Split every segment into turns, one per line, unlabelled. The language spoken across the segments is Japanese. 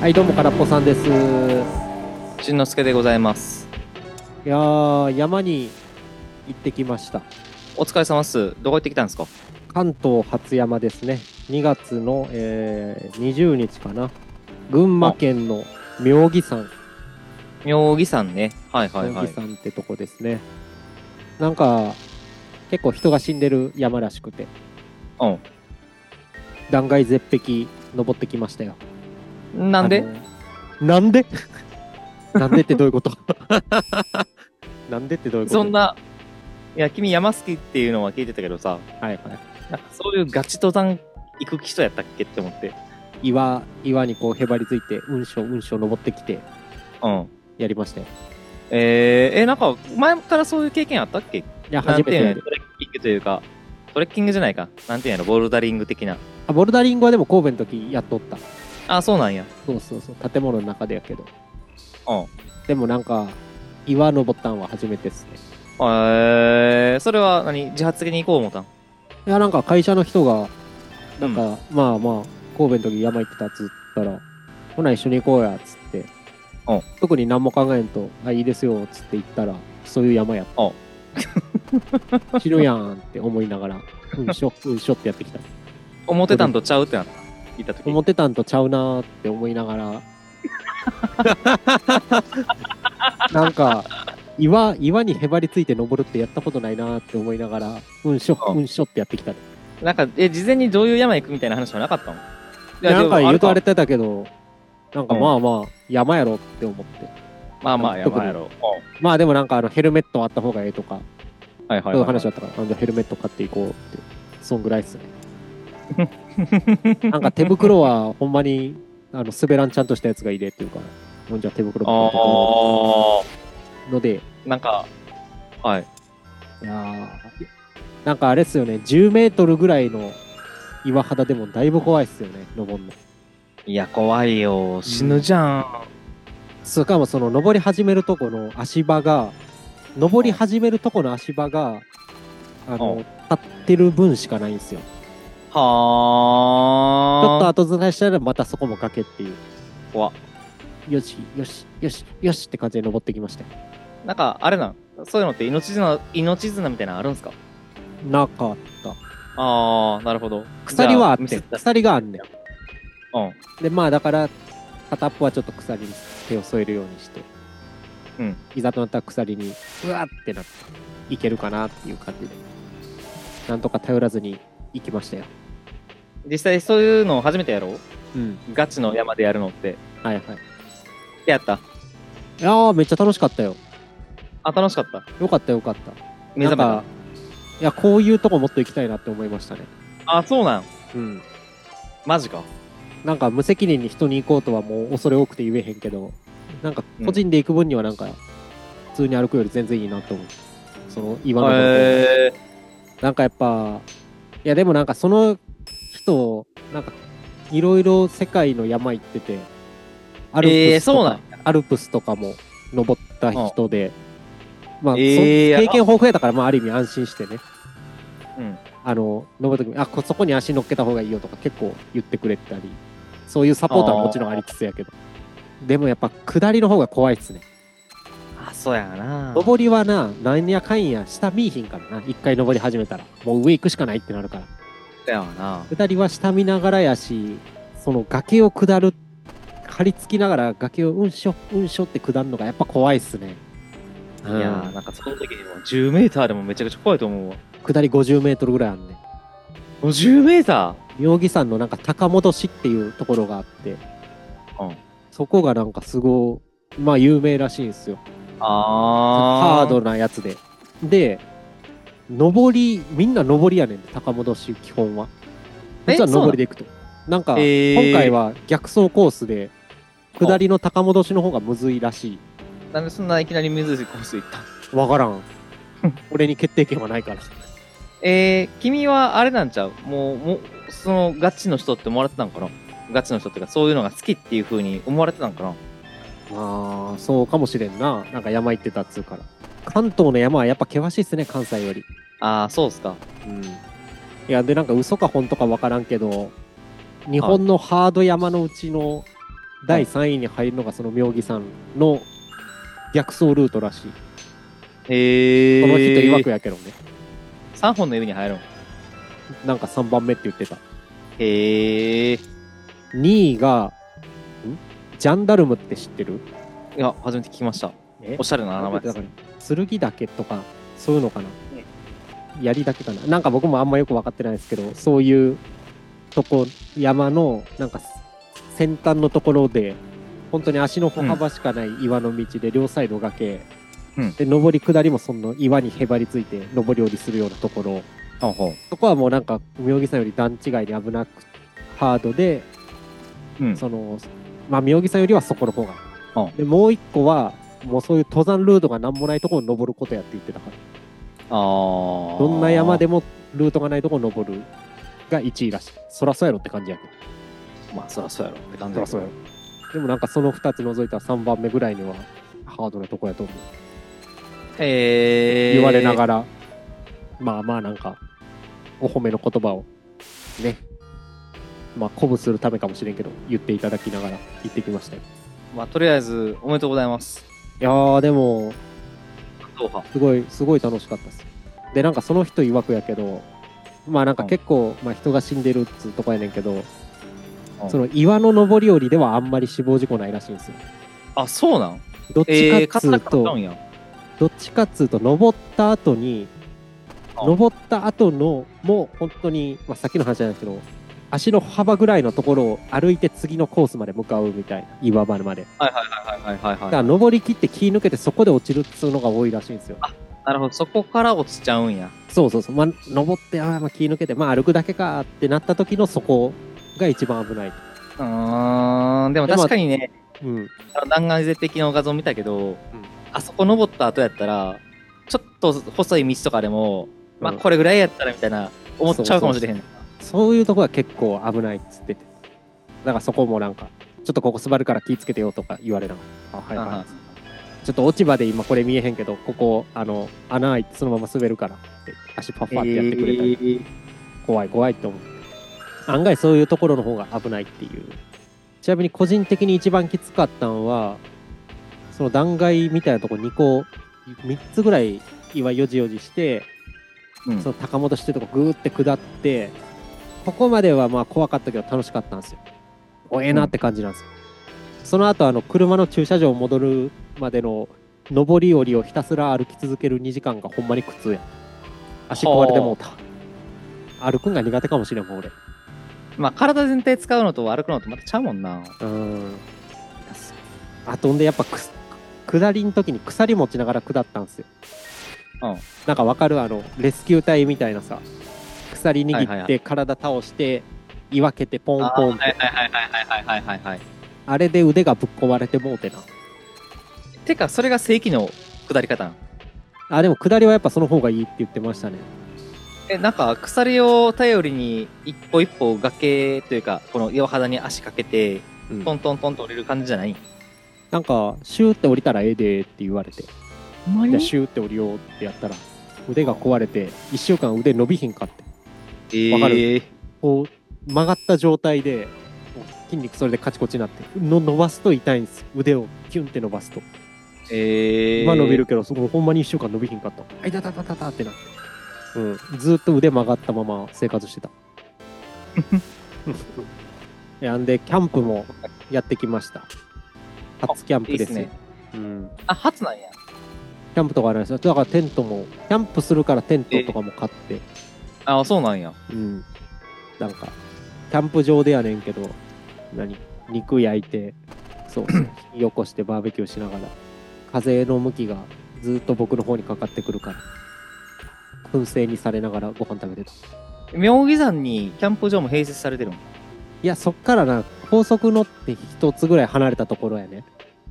はい、どうも、からっぽさんです。い
しんのすけでございます。
やー、山に行ってきました。
お疲れ様っす。どこ行ってきたんですか
関東初山ですね。2月の、えー20日かな。群馬県の妙義山、
妙義山ね。はいはい
妙
は
義
い。
山ってとこですね。なんか、結構人が死んでる山らしくて、断崖絶壁登ってきましたよ。
うん。なんで
あのなんで なんでってどういうこと なんでってどういうこと
そん。な、いや、君山好きっていうのは聞いてたけどさ、
はいはい。
なんかそういうガチ登山行く人やったっけって思って。
岩岩にこうへばりついてうんしょうんしょ登ってきて
うん。
やりましたよ
えー、えなんか前からそういう経験あったっけ
いや初めてや
なんていうのやろ
る
トレッキングというか、トレッキングじゃないか。なんていうんやろ、ボルダリング的な。
あボルダリングはでも神戸の時やっとった
あ、そうなんや。
そうそうそう建物の中でやけど
うん
でもなんか岩登ったんは初めてですね
えー、それは何自発的に行こう思ったん
いやなんか会社の人がな
な
んか、まあまあ神戸の時山行ってたっつったらほな一緒に行こうやっつって
うん
特に何も考えんとあいいですよっつって言ったらそういう山やった 死ぬやんって思いながらうんしょうんしょってやってきた
思ってたんとちゃうってなった。行った時
思ってたんとちゃうなーって思いながらなんか岩岩にへばりついて登るってやったことないなーって思いながらうんしょ
うん
うんしょってやってきたね
なんか、え、事前にどういう山行くみたいな話はなかったのいや
なんか
でも
言うとあれ
か
てたけどなんか
うん
まあまあ山やろって思って
まあまあ、
特に
山やろ。
まあでもなんかあのヘルメットあった方がええとか
はいは
そい
いう
う
はい。
話だったからあのヘルメット買っていこうってそんぐらいっす ねなんか手袋はほんまにあの滑らんちゃんとしたやつがいいでっていうかほんじゃ手袋も買ってこ
あ
うので
あ、なんか、はい。
いやーなんかあれっすよね、10メートルぐらいの岩肌でもだいぶ怖いっすよね、登るの。
いや、怖いよ。死ぬじゃん。
しかもその登り始めるとこの足場が、登り始めるとこの足場が、あ
う
の、立ってる分しかないんですよ。ちょっと
はあ。
後ずらしたらまたそこも崖っていう。
怖っ
よし、よし、よし、よしって感じで登ってきましたよ。
なんか、あれなん。そういうのって命綱、命綱みたいなのあるんすか
なかった。
ああ、なるほど。
鎖はあっ
じゃ
て、
見せた
鎖があんねん。
うん。
でまあだから片っぽはちょっと鎖に手を添えるようにして、
うん
いざとなったら鎖にうわーってなっていけるかなっていう感じでなんとか頼らずに行きましたよ
実際そういうのを初めてやろう
うん
ガチの山でやるのって。
はいはい
やった。
いやーめっちゃ楽しかったよ
あ、楽しかった。
よかったよかった
目覚め
なん
た
か。いやこういうとこもっと行きたいなって思いましたね
あ、そうなん。
うん
マジか。
なんか無責任に人に行こうとはもう恐れ多くて言えへんけどなんか個人で行く分にはなんか普通に歩くより全然いいなと思うその岩の部分
へえ。
なんかやっぱ、いやでもなんかその人、なんかいろいろ世界の山行ってて、アル
え
プ
ー
スと
そうな
か
ん、
アルプスとかも登った人で、まあ、
えー
そ経験豊富やだから、まあある意味安心してね、
うん。
あの、登るときに、あ、こそこに足乗っけた方がいいよとか結構言ってくれたり、そういうサポートはもちろんありつつやけど、でもやっぱ下りの方が怖いっすね。
あ、そうやな。
登りはな、なんやかんや下見いひんからな、一回登り始めたら、もう上行くしかないってなるから。
だよな。
下りは下見ながらやし、その崖を下る、張り付きながら崖をうんしょ、うんしょって下るのがやっぱ怖いっすね。い
いやー、なんかその時にも10メーターでもめちゃくちゃ怖いと思うわ。
下り50メートルぐらいあんね。
50メータ
妙義山のなんか高戻しっていうところがあって、
ーうん。
そこがなんかすごい、まあ有名らしいんですよ。
あ
ハードなやつで。で、登り、みんな登りやねん、高戻し基本は。
え
実は登りでいくと。なんか、
えー
今回は逆走コースで、下りの高戻しの方がむずいらしい。
なんでそんないきなり水コース行ったん
わから ん。俺に決定権はないから。
えー、君はあれなんちゃうもう、もう、そのガチの人って思われてたんかなガチの人っていうか、そういうのが好きっていう風に思われてたんかな
まあ、そうかもしれんな。なんか山行ってたっつうから。関東の山はやっぱ険しいっすね、関西より。
ああ、そうっすか。
うん。いや、で、なんか嘘か本当かわからんけど、日本のハード山のうちの第3位に入るのがその妙義山の逆走ルートらしい。
へえ。
この人曰くやけどね。
3本の指に入るの。
なんか3番目って言ってた。
へえ。い
2位が、んジャンダルムって知ってる
や、初めて聞きました。
え
おしゃれな名前で
だ
す
か
ね。
ら剣だけとかそういうのかな、槍だけかななんか僕もあんまよく分かってないですけどそういうとこ山のなんか先端のところで本当に足の歩幅しかない岩の道で両サイド崖、
うん
で上り下りもその岩にへばりついて上り下りするようなところ
ほうほう
そこはもうなんか妙義山より段違いで危なくハードで
うん。
その、まあ、妙義山よりはそこの方が。
うん
で、もう一個は、もうそういう登山ルートがなんもないところを登ることやって言ってたから、
ああ。
どんな山でもルートがないところを登るが1位らしい。そらそうやろって感じやけど。
まあ、そらそうやろって感じ
そ
だ
ら
け
そ
ど
うやろ。でもなんかその2つ除いた3番目ぐらいにはハードなとこやと思う。
へえ。
言われな
ら。
がら、まあまあなんか、お褒めの言葉を、ね。まあ、鼓舞するためかもしれんけど、言っていただきながら行ってきましたよ。
まあ、とりあえず、おめでとうございます。
いやー、でも、
ドーハ。
すごい、すごい楽しかったです。で、なんかその人曰くやけど、まあなんか結構、まあ人が死んでるっつうとこやねんけど、
うん
その岩の上り下りではあんまり死亡事故ないらしいんですよ。
あ、そうなん
どっ
え
ち
え、
かっつ
勝たな
う
かった
と、
んや。
どっちかっつうと、登った後に、
うん
登った後の、もう本当に、まあさっきの話じゃないですけど、足の幅ぐらいのところを歩いて次のコースまで向かうみたいな、岩場まで。
はいはいはい
だ
は
から登り切って気抜けてそこで落ちるっつうのが多いらしいんですよ。
い。なるほど、そこから落ちちゃうんや。
そうそうそう、まあ、登って、あーまあ、気抜けて、まあ、歩くだけかってなった時のそこが一番危ない。
うーん、でも確かにね、
うん、
あの弾丸絶壁の画像見たけど、あそこ登った後やったら、ちょっと細い道とかでも、まあ
うん
これぐらいやったらみたいな、思っちゃうかもしれへん。
そういうとこは結構危ないっつってて、だからそこもなんか、ちょっとここ座るから気ぃつけてよとか言われながら、あはい
うんうん
はい、ちょっと落ち葉で今これ見えへんけど、ここ、あの、穴開いてそのまま滑るからって、足パッパってやってくれたり、怖い怖いって思って、案外そういうところの方が危ないっていう。ちなみに個人的に一番きつかったのは、その断崖みたいなとこ2個、3つぐらい岩よじよじして、
うん
その高本してるとこぐーって下って、ここまではまあ怖かったけど楽しかったんですよ。おええなって感じなんですよ。その後あの車の駐車場戻るまでの上り下りをひたすら歩き続ける2時間がほんまに苦痛や。足壊れてもうた。歩くんが苦手かもしれんもん俺。
まあ体全体使うのと歩くのとまたちゃうもんな。
うん。あとんでやっぱくす下りの時に鎖持ちながら下ったんですよ。
うん
なんかわかるあのレスキュー隊みたいなさ鎖
はいはい
握っ
は
て体倒して言い分けてポンポンってあ,、
いはいはいはいはいはいはい。
れで腕がぶっ壊れてもうてな
てか、それが正規の下り方なん
あでも下りはやっぱその方がいいって言ってましたね
え、なんか鎖を頼りに一歩一歩崖というか、この岩肌に足かけて、
うん
トントントンと降りる感じじゃない
なんかシューって降りたらええでって言われて
ほんま
じゃあシューって降りようってやったら腕が壊れて1週間腕伸びひんかってわか
る。
こう曲がった状態でこう筋肉それでカチコチになっての伸ばすと痛いんです腕をキュンって伸ばすと
えー、
今伸びるけどそこほんまに1週間伸びひんかったあいたたたたたってなって、うん、ずっと腕曲がったまま生活して たいやんでキャンプもやってきました初キャン
い
プ
い
で
ですすね。
うん、
あ、初なんや。
キャンプとかあれなんですよだからテントもキャンプするからテントとかも買って、
あ、そうなんや。
うん。なんか、キャンプ場でやねんけど、何肉焼いて、そう そう、火起こしてバーベキューしながら、風の向きがずっと僕の方にかかってくるから、燻製にされながらご飯食べてた。
妙義山にキャンプ場も併設されてるん
いや、そっからな、高速乗って一つぐらい離れたところやね。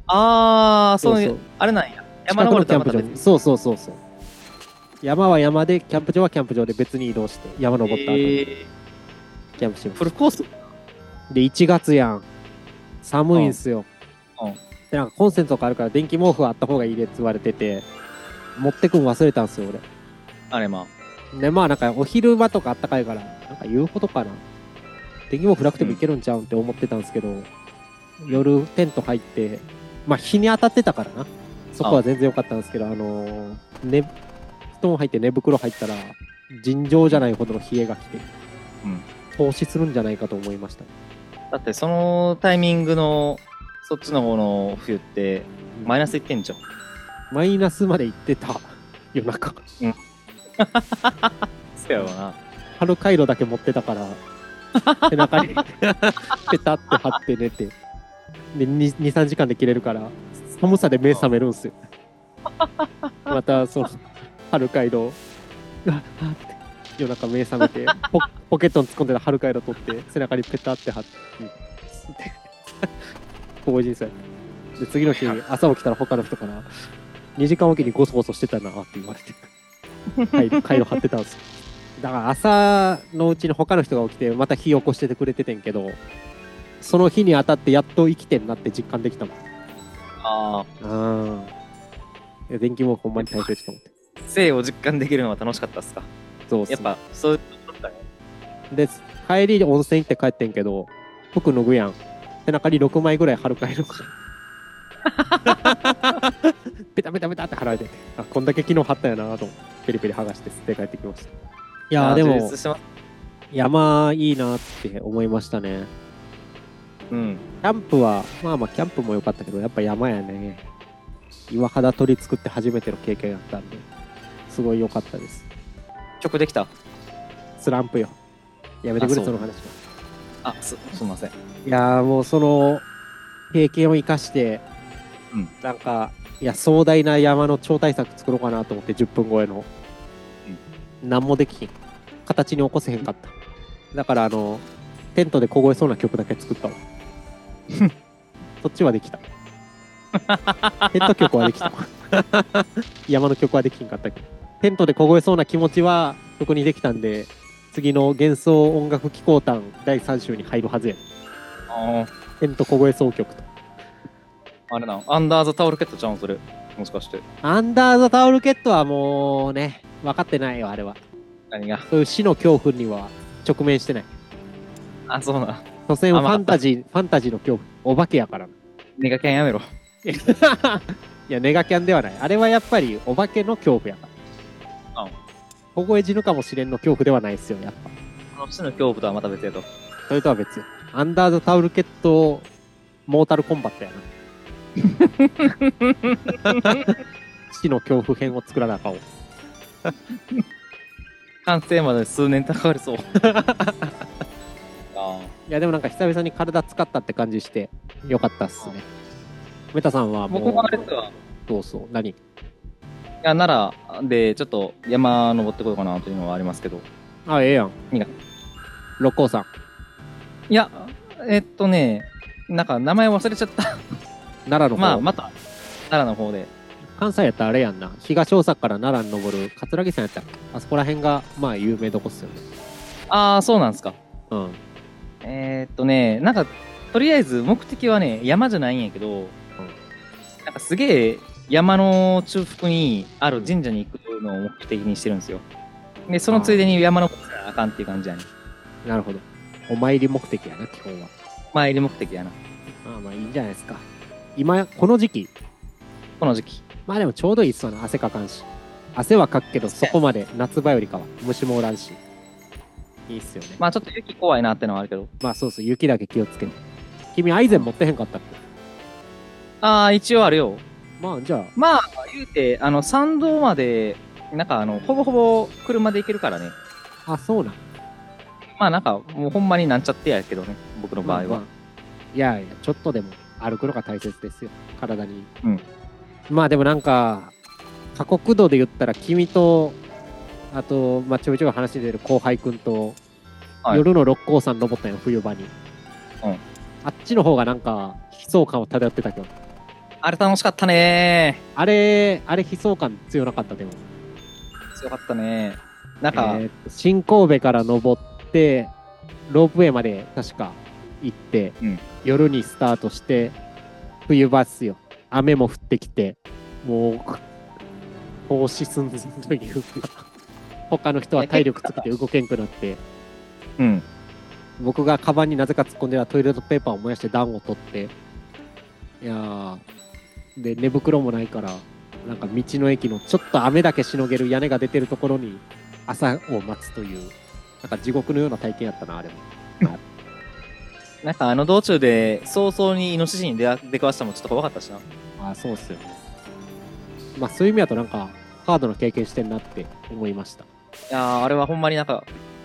あー、そういう、
そうそう
あれなんや。山登るとはまた
近くのキャンプ場に
別に。
そうそうそうそう。山は山で、キャンプ場はキャンプ場で別に移動して、山登った後に
え
キャンプしま
ー
す
フルコース
で、1月やん。寒いんすよ。
うんうん
で、なんかコンセントとかあるから電気毛布はあった方がいいでって言われてて、持ってくん忘れたんすよ、
あれま
俺。で、まあなんかお昼間とかあったかいから、なんか言うことかな。電気毛布なくてもいけるんちゃうんって思ってたんですけど、夜テント入って、まあ日に当たってたからな。そこは全然良かったんですけど、あのー、ね、布団入って寝袋入ったら、尋常じゃないほどの冷えが来て、
うん
凍死するんじゃないかと思いました。
だってそのタイミングのそっちの方の冬ってマイナス1点じゃん
マイナスまで行ってた夜中。
そうやろうな
春回路だけ持ってたから、背中にペタって貼って寝て、で、2、3時間で切れるから、寒さで目覚めるんすよ。また、その、春回路、うわあって、夜中目覚めて、ポポケットに突っ込んでた春回路取って、背中にペタって貼って、こういう人生やったで、次の日、朝起きたら他の人から、2時間おきにゴソゴソしてたなって言われて。回路回路張ってたんですよだから朝のうちに他の人が起きてまた火起こしててくれててんけどその日に当たってやっと生きてんなって実感できたもん
ああ
ああ電気もほんまに大切と思って
生を実感できるのは楽しかったっすか
そうっす
やっぱそういうことだね
で帰り温泉行って帰ってんけど服脱ぐやん背中に6枚ぐらい貼るかいのかペタペタペタって貼られててあこんだけ昨日貼ったよなと思ってペリペリ剥がして捨て帰ってきましたいやー
あー
で
充
も
実してます
山いいなって思いましたね
うん
キャンプは、まあまあ、キャンプも良かったけど、やっぱ山やね。岩肌取り作って初めての経験だったんで、すごい良かったです。
曲できた
スランプよ。やめてくれ、そ
あそう
の話は。
あすすいません
いやーもうその経験を生かして、
うん
なんか、いや、壮大な山の超大作作ろうかなと思って、10分超えの。何もできひん。形に起こせへんかった。だから、あの、テントで凍えそうな曲だけ作 ったわ。そっちはできた。テント曲はできた。山の曲はできひんかったけど。テントで凍えそうな気持ちは曲にできたんで、次の幻想音楽機構団第3週に入るはずや。
あ
テント凍え総曲と。
ああれなアンダーザタオルケットちゃうんそれもしかして
アンダーザタオルケットはもうね、分かってないよ、あれは。
何が
そういう死の恐怖には直面してない。
あそうな
所詮は
あ
フ
まあ
ァンタジー、ファンタジーの恐怖。お化けやからな。
ネガキャンやめろ
いや、ネガキャンではない。あれはやっぱりお化けの恐怖やから。
うん
凍え死ぬかもしれんの恐怖ではないですよ、やっぱ。
この死の恐怖とはまた別やと
それとは別よ。アンダーザタオルケット、モータルコンバットやな。死の恐怖編を作らなあかんわ
完成まで数年かか りそうあ
いやでもなんか久々に体使ったって感じしてよかったっすね。メタさんは
あ
もう
僕もあれですわ
そうそう何
いや、奈良でちょっと山登ってこようかなというのはありますけど。
あええやん。
いいな
六甲山
いや、えっとね、なんか名前忘れちゃった。
奈良の方、
まあ、また奈良の方で。
関西やったらあれやんな東大阪から奈良に登る桂木山やったっけあそこら辺がまあ有名どこっすよね。
ああ、そうなんですか。
うん
えっとね、なんか、とりあえず目的はね、山じゃないんやけど、なんかすげえ山の中腹にある神社に行くのを目的にしてるんですよ。で、そのついでに山のことあかんっていう感じやね。
なるほど。お参り目的やな基本は。
参り目的やな。
まあまあいいんじゃないですか。今この時期
この時期。
まあでもちょうどいいっすわな汗かかんし。汗はかくけどそこまで夏場よりかは虫もおらんし。いいっすよね。
まあちょっと雪怖いなってのはあるけど。
まあそうそう、雪だけ気をつけて。君、アイゼン持ってへんかったっけ
ああ、一応あるよ。
まあじゃあ、
まあ、言うて、あの、参道まで、なんか、あの、ほぼほぼ車で行けるからね。
あ、そうなん。
まあ、なんか、もうほんまになんちゃってやけどね、僕の場合
まあ
は
ま。あいやいや、ちょっとでも歩くのが大切ですよ。体に。
うん
まあでもなんか、過酷度で言ったら、君と、あと、まあちょいちょい話に出る後輩くんと、
はい
夜の六甲山登ったんよ、冬場に。
うん
あっちの方がなんか、悲壮感を漂ってたけど。
あれ楽しかったね
あれ、あれ悲壮感強なかったでも。
強かったねなんか、
えー新神戸から登ってロープウェイまで確か行って、
うん
夜にスタートして冬場っすよ雨も降ってきてもう放死寸前というか他の人は体力つけて動けんくなって
うん。
僕がカバンになぜか突っ込んではトイレットペーパーを燃やして暖を取っていやーで寝袋もないからなんか道の駅のちょっと雨だけしのげる屋根が出てるところに朝を待つというなんか地獄のような体験やったなあれも
なんかあの道中で早々にイノシシに出あ出くわしたのもちょっと怖かったしな。
あーそうっすよねまあそういう意味だとなんかハードな経験してんなって思いました
いやーあれはほんまになんか、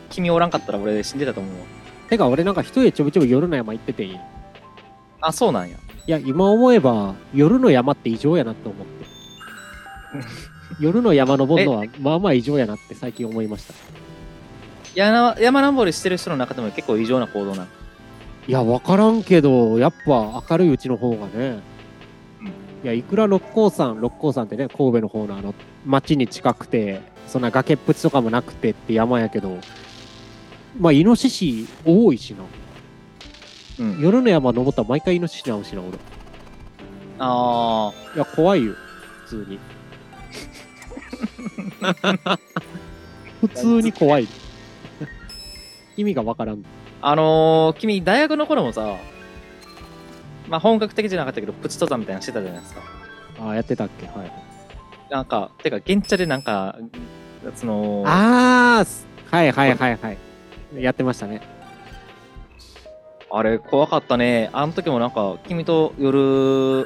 君おらんかったら俺死んでたと思うわ。
てか俺なんか一人でちょびちょび夜の山行っててい
あ、そうなんや。
や今思えば夜の山って異常やなって思って 夜の山登るのはまあまあ異常やなって最近思いました
山山登りしてる人の中でも結構異常な行動なん。
いや、わからんけど、やっぱ明るいうちの方がね。
うん
いや、いくら六甲山、六甲山ってね、神戸の方のあの、町に近くて、そんな崖っぷちとかもなくてって山やけど、まあ、イノシシ多いしな。
うん。
夜の山登ったら毎回イノシシに会うしな、俺。い
あ
や、怖いよ、普 通に。普通に怖い。意味がわからん。
ー、あのー、君大学の頃もさ、まあ本格的じゃなかったけど、プチ登山みたいなのしてたじゃないですか。
ああ、やってたっけはい。
なんか、てか、現茶でなんか、その、
ああ、はいはいはいはい。やってましたね。
あれ怖かったね。あの時もなんか、君と夜、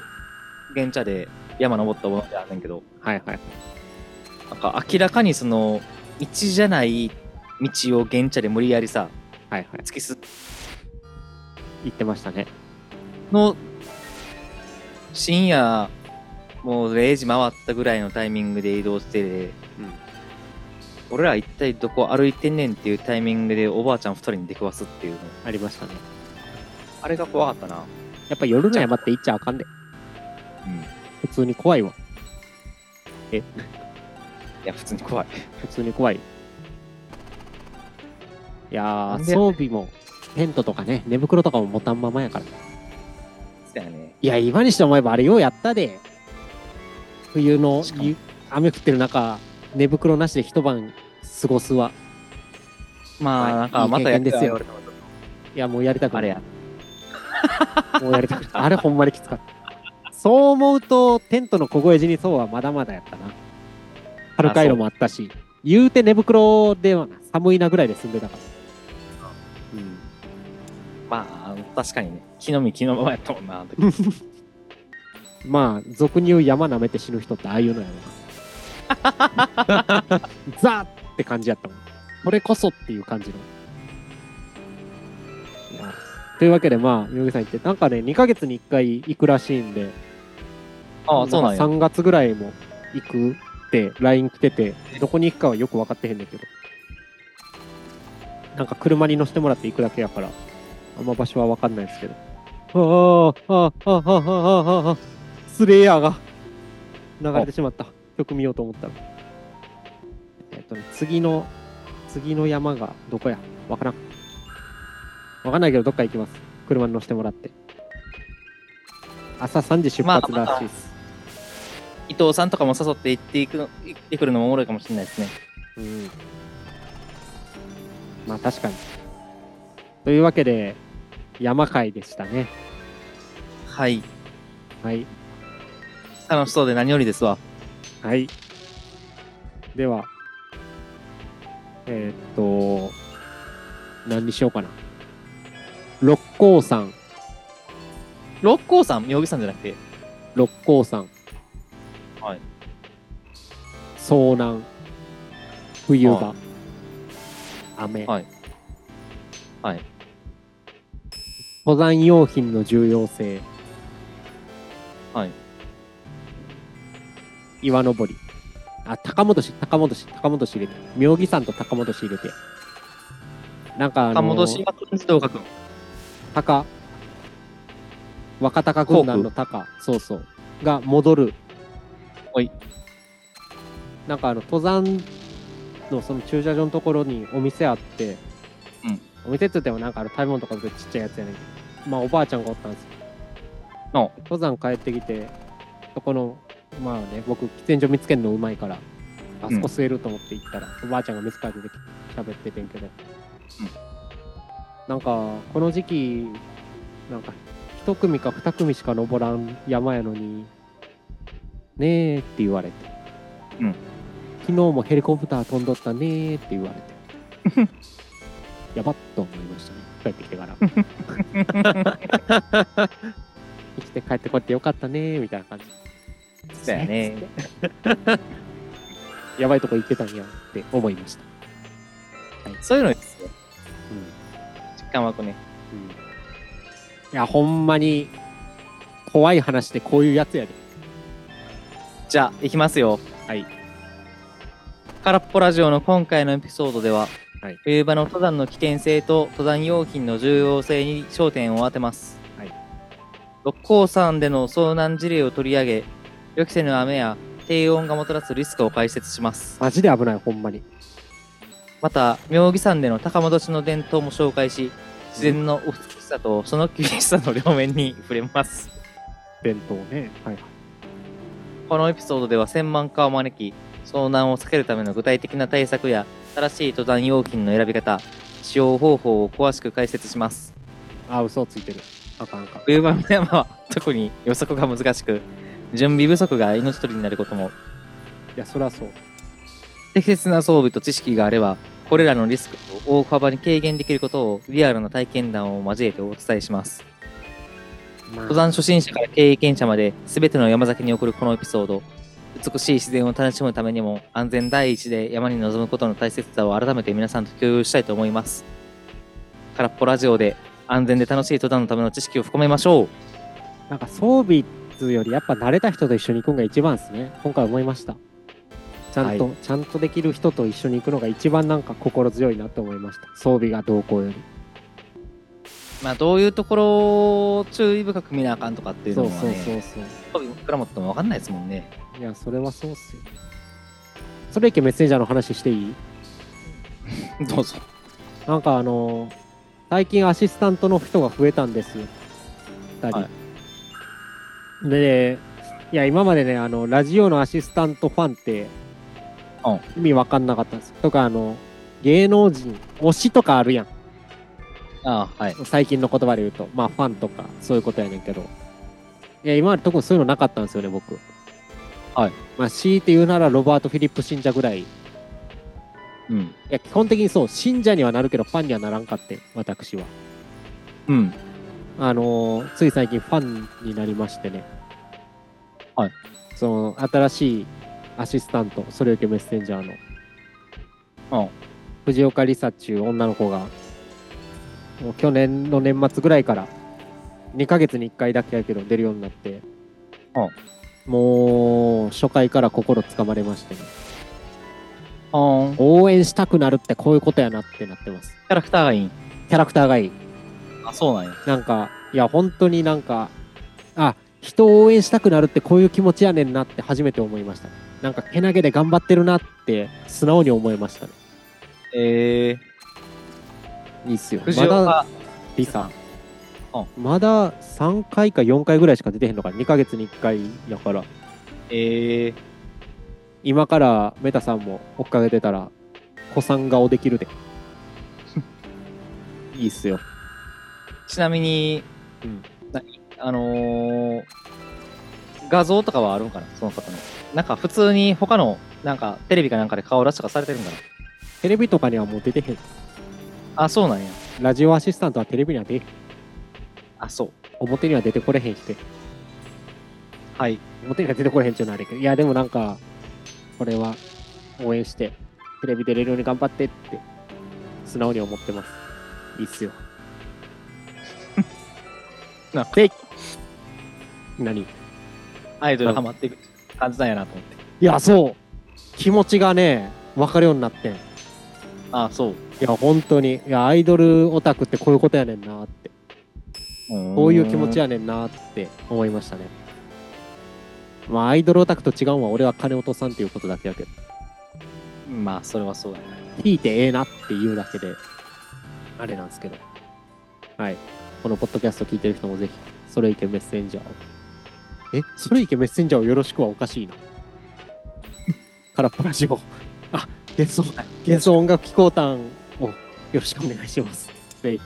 現茶で山登ったものであんねんけど、
はいはい。
なんか明らかにその、道じゃない道を現茶で無理やりさ、
はいはい。
突き進
言ってましたね。
の深夜もう0時回ったぐらいのタイミングで移動してて、俺ら一体どこ歩いてんねんっていうタイミングでおばあちゃん2人に出くわすっていうの
ありましたね。
あれが怖かったな
やっぱ夜の山って行っちゃあかんで。
うんい
普通に怖いわ。
や普通に怖い
普通に怖い。いや
なん
ー、
で
装備も、テントとかね、寝袋とかも持たんままやから。い
そうやね
や、今にして思えばあれようやったで。冬の
しかも
ゆ雨降ってる中、寝袋なしで一晩過ごすわ。
まあ
は
ないんかまたやって
いい経験ですよ
られたら
いや、もうやりたくな
あ
い
れや
もうやりたくないあれほんまにきつかった。そう思うと、テントの凍え死にそうはまだまだやったな。春回路もあったし、言うて寝袋ではな寒いなぐらいで済んでたから。うん。
まあ確かにね木の実木のままやったもんなあの時
まあ、俗に言う山舐めて死ぬ人ってああいうのやろな。ザーって感じやったもん。これこそっていう感じの。いやというわけで、まあ、ヨギさん言って、なんかね、2ヶ月に1回行くらしいんで、
ああそうなんや
3月ぐらいも行くって LINE 来てて、どこに行くかはよく分かってへんねんけど。なんか車に乗せてもらって行くだけやから、あんま場所は分かんないですけど。ああ、ああ、ああ、ああ、ああ、スレイヤーが流れてしまった。曲見ようと思ったら。えっとね、次の、次の山がどこや分からん。分かんないけど、どっか行きます。車に乗せてもらって。朝3時出発らしいです。
伊藤さんとかも誘って行っていくの行ってくるのもおもろいかもしれないですね
うん。まあ確かに。というわけで、山会でしたね。
はい
はい。
楽しそうで何よりですわ
はい。では、えーっと、何にしようかな。六甲山、
六甲山妙義山じゃなくて
六甲山。
はい。
遭難。冬
は
場
い。
雨。
はいはい
登山用品の重要性。
はい。
岩登り。あ、高本市、高本市、高本市入れて。妙義山と高本市入れて。なんかあのー、
あ戻し松動画君
高。若鷹軍団の高。そうそう。が戻る。
おい。
なんかあの、登山のその駐車場のところにお店あって、
うん
お店って言ってもなんかあの食べ物とか売ってるちっちゃいやつやねんけど、まあおばあちゃんがおったんですよ。
お
登山帰ってきて、そこの、まあね、僕、喫煙所見つけるのうまいから、あそこ吸えると思って行ったら、おばあちゃんが見つかって出てきて喋っててんけど、なんか、この時期、なんか、一組か二組しか登らん山やのにねえって言われて、
うん
昨日もヘリコプター飛んどったねえって言われて やばっと思いましたね帰ってきてから生きて帰ってこってよかったねみたいな感じ
そうやね。
やばいとこ行ってたんやって思いました、
そういうのですよ。
うん
実感湧くね。
うんいやほんまに怖い話でこういうやつやで
じゃあ、いきますよ。
はい。
空っぽラジオの今回のエピソードでは、
はい
冬場の登山の危険性と登山用品の重要性に焦点を当てます。
はい
六甲山での遭難事例を取り上げ、予期せぬ雨や低温がもたらすリスクを解説します。
マジで危ないほんまに
また妙義山での高戻しの伝統も紹介し自然の美しさとその厳しさの両面に触れます
弁当ねはい
このエピソードでは専門家を招き遭難を避けるための具体的な対策や正しい登山用品の選び方使用方法を詳しく解説します
あ嘘ついてるあかんあかん
冬場の山は特に予測が難しく準備不足が命取りになることも
いやそりゃそう
適切な装備と知識があればこれらのリスクを大幅に軽減できることをリアルな体験談を交えてお伝えします
まあ
登山初心者から経験者まで全ての山崎に送るこのエピソード美しい自然を楽しむためにも安全第一で山に臨むことの大切さを改めて皆さんと共有したいと思います空っぽラジオで安全で楽しい登山のための知識を含めましょう
なんか装備っつうよりやっぱ慣れた人と一緒に行くのが一番ですね今回思いましたちゃんと、ちゃんとできる人と一緒に行くのが一番なんか心強いなと思いました装備がどうこうより
まあどういうところを注意深く見なあかんとかっていうの
そう
は
そうそ
ね
うそう
そういくら持っても分かんないですもんね
いやそれはそうっすよそれいけメッセンジャーの話していい
どうぞ
なんかあのー最近アシスタントの人が増えたんです2人、
は
でいや今までねあのラジオのアシスタントファンって
うん
意味わかんなかったんですよとかあの芸能人推しとかあるやん
ああはい
最近の言葉で言うとまあファンとかそういうことやねんけどいや今まで特にそういうのなかったんですよね僕
はい
まあ強いて言うならロバート・フィリップ信者ぐらいい
うん
や基本的にそう信者にはなるけどファンにはならんかって私は
うん
あのーつい最近ファンになりましてね。
はい。
その、新しいアシスタント、それよけメッセンジャーの、
うん
藤岡梨沙中女の子が、もう去年の年末ぐらいから、2ヶ月に1回だけやけど出るようになって、もう、初回から心つかまれましてね。
あー
応援したくなるってこういうことやなってなってます。
キャラクターがいい
キャラクターがいい。
あそうなんや
なんか、いや、本当になんか、あ、人を応援したくなるってこういう気持ちやねんなって初めて思いました。なんか、けなげで頑張ってるなって、素直に思いましたね。
え
いいっすよ
ー、。藤
まだ、
岡
リサ
うん。
まだ3回か4回ぐらいしか出てへんのか、2ヶ月に1回やから、
えー、
今からメタさんも追っかけてたら、子さん顔でき るで。いいっすよ。
ちなみに、
うん
何あのー画像とかはあるんかなその方の。なんか普通に他の、なんかテレビかなんかで顔出しとかされてるんかな
テレビとかにはもう出てへん。
あ、そうなんや。
ラジオアシスタントはテレビには出へん、
あ、そう。
表には出てこれへんして。
はい。
表には出てこれへんちゅうのはあれやけど、いや、でもなんか、これは応援して、テレビ出れるように頑張ってって、素直に思ってます。いいっすよ。
な
で、何い
アイドルハマっていく感じなんやなと思って。
や、そう気持ちがね、分かるようになってん。い
あ、そう。
や、本当に。いや、アイドルオタクってこういうことやねんなって、こういう気持ち
や。
やねんなって思いましたね。まあ、アイドルオタクと違うんは、俺は金落とさんっていうことだけやけど。
まあ、それはそうやな。
聞いてええなっていうだけで、あれなんですけど。はい。このポッドキャスト聞いてる人もぜひ、それいけメッセンジャーを。え、それいけメッセンジャーをよろしくはおかしいな。 空っぽラジオ。あ、幻想、幻想音楽機構団をよろしくお願いします。で、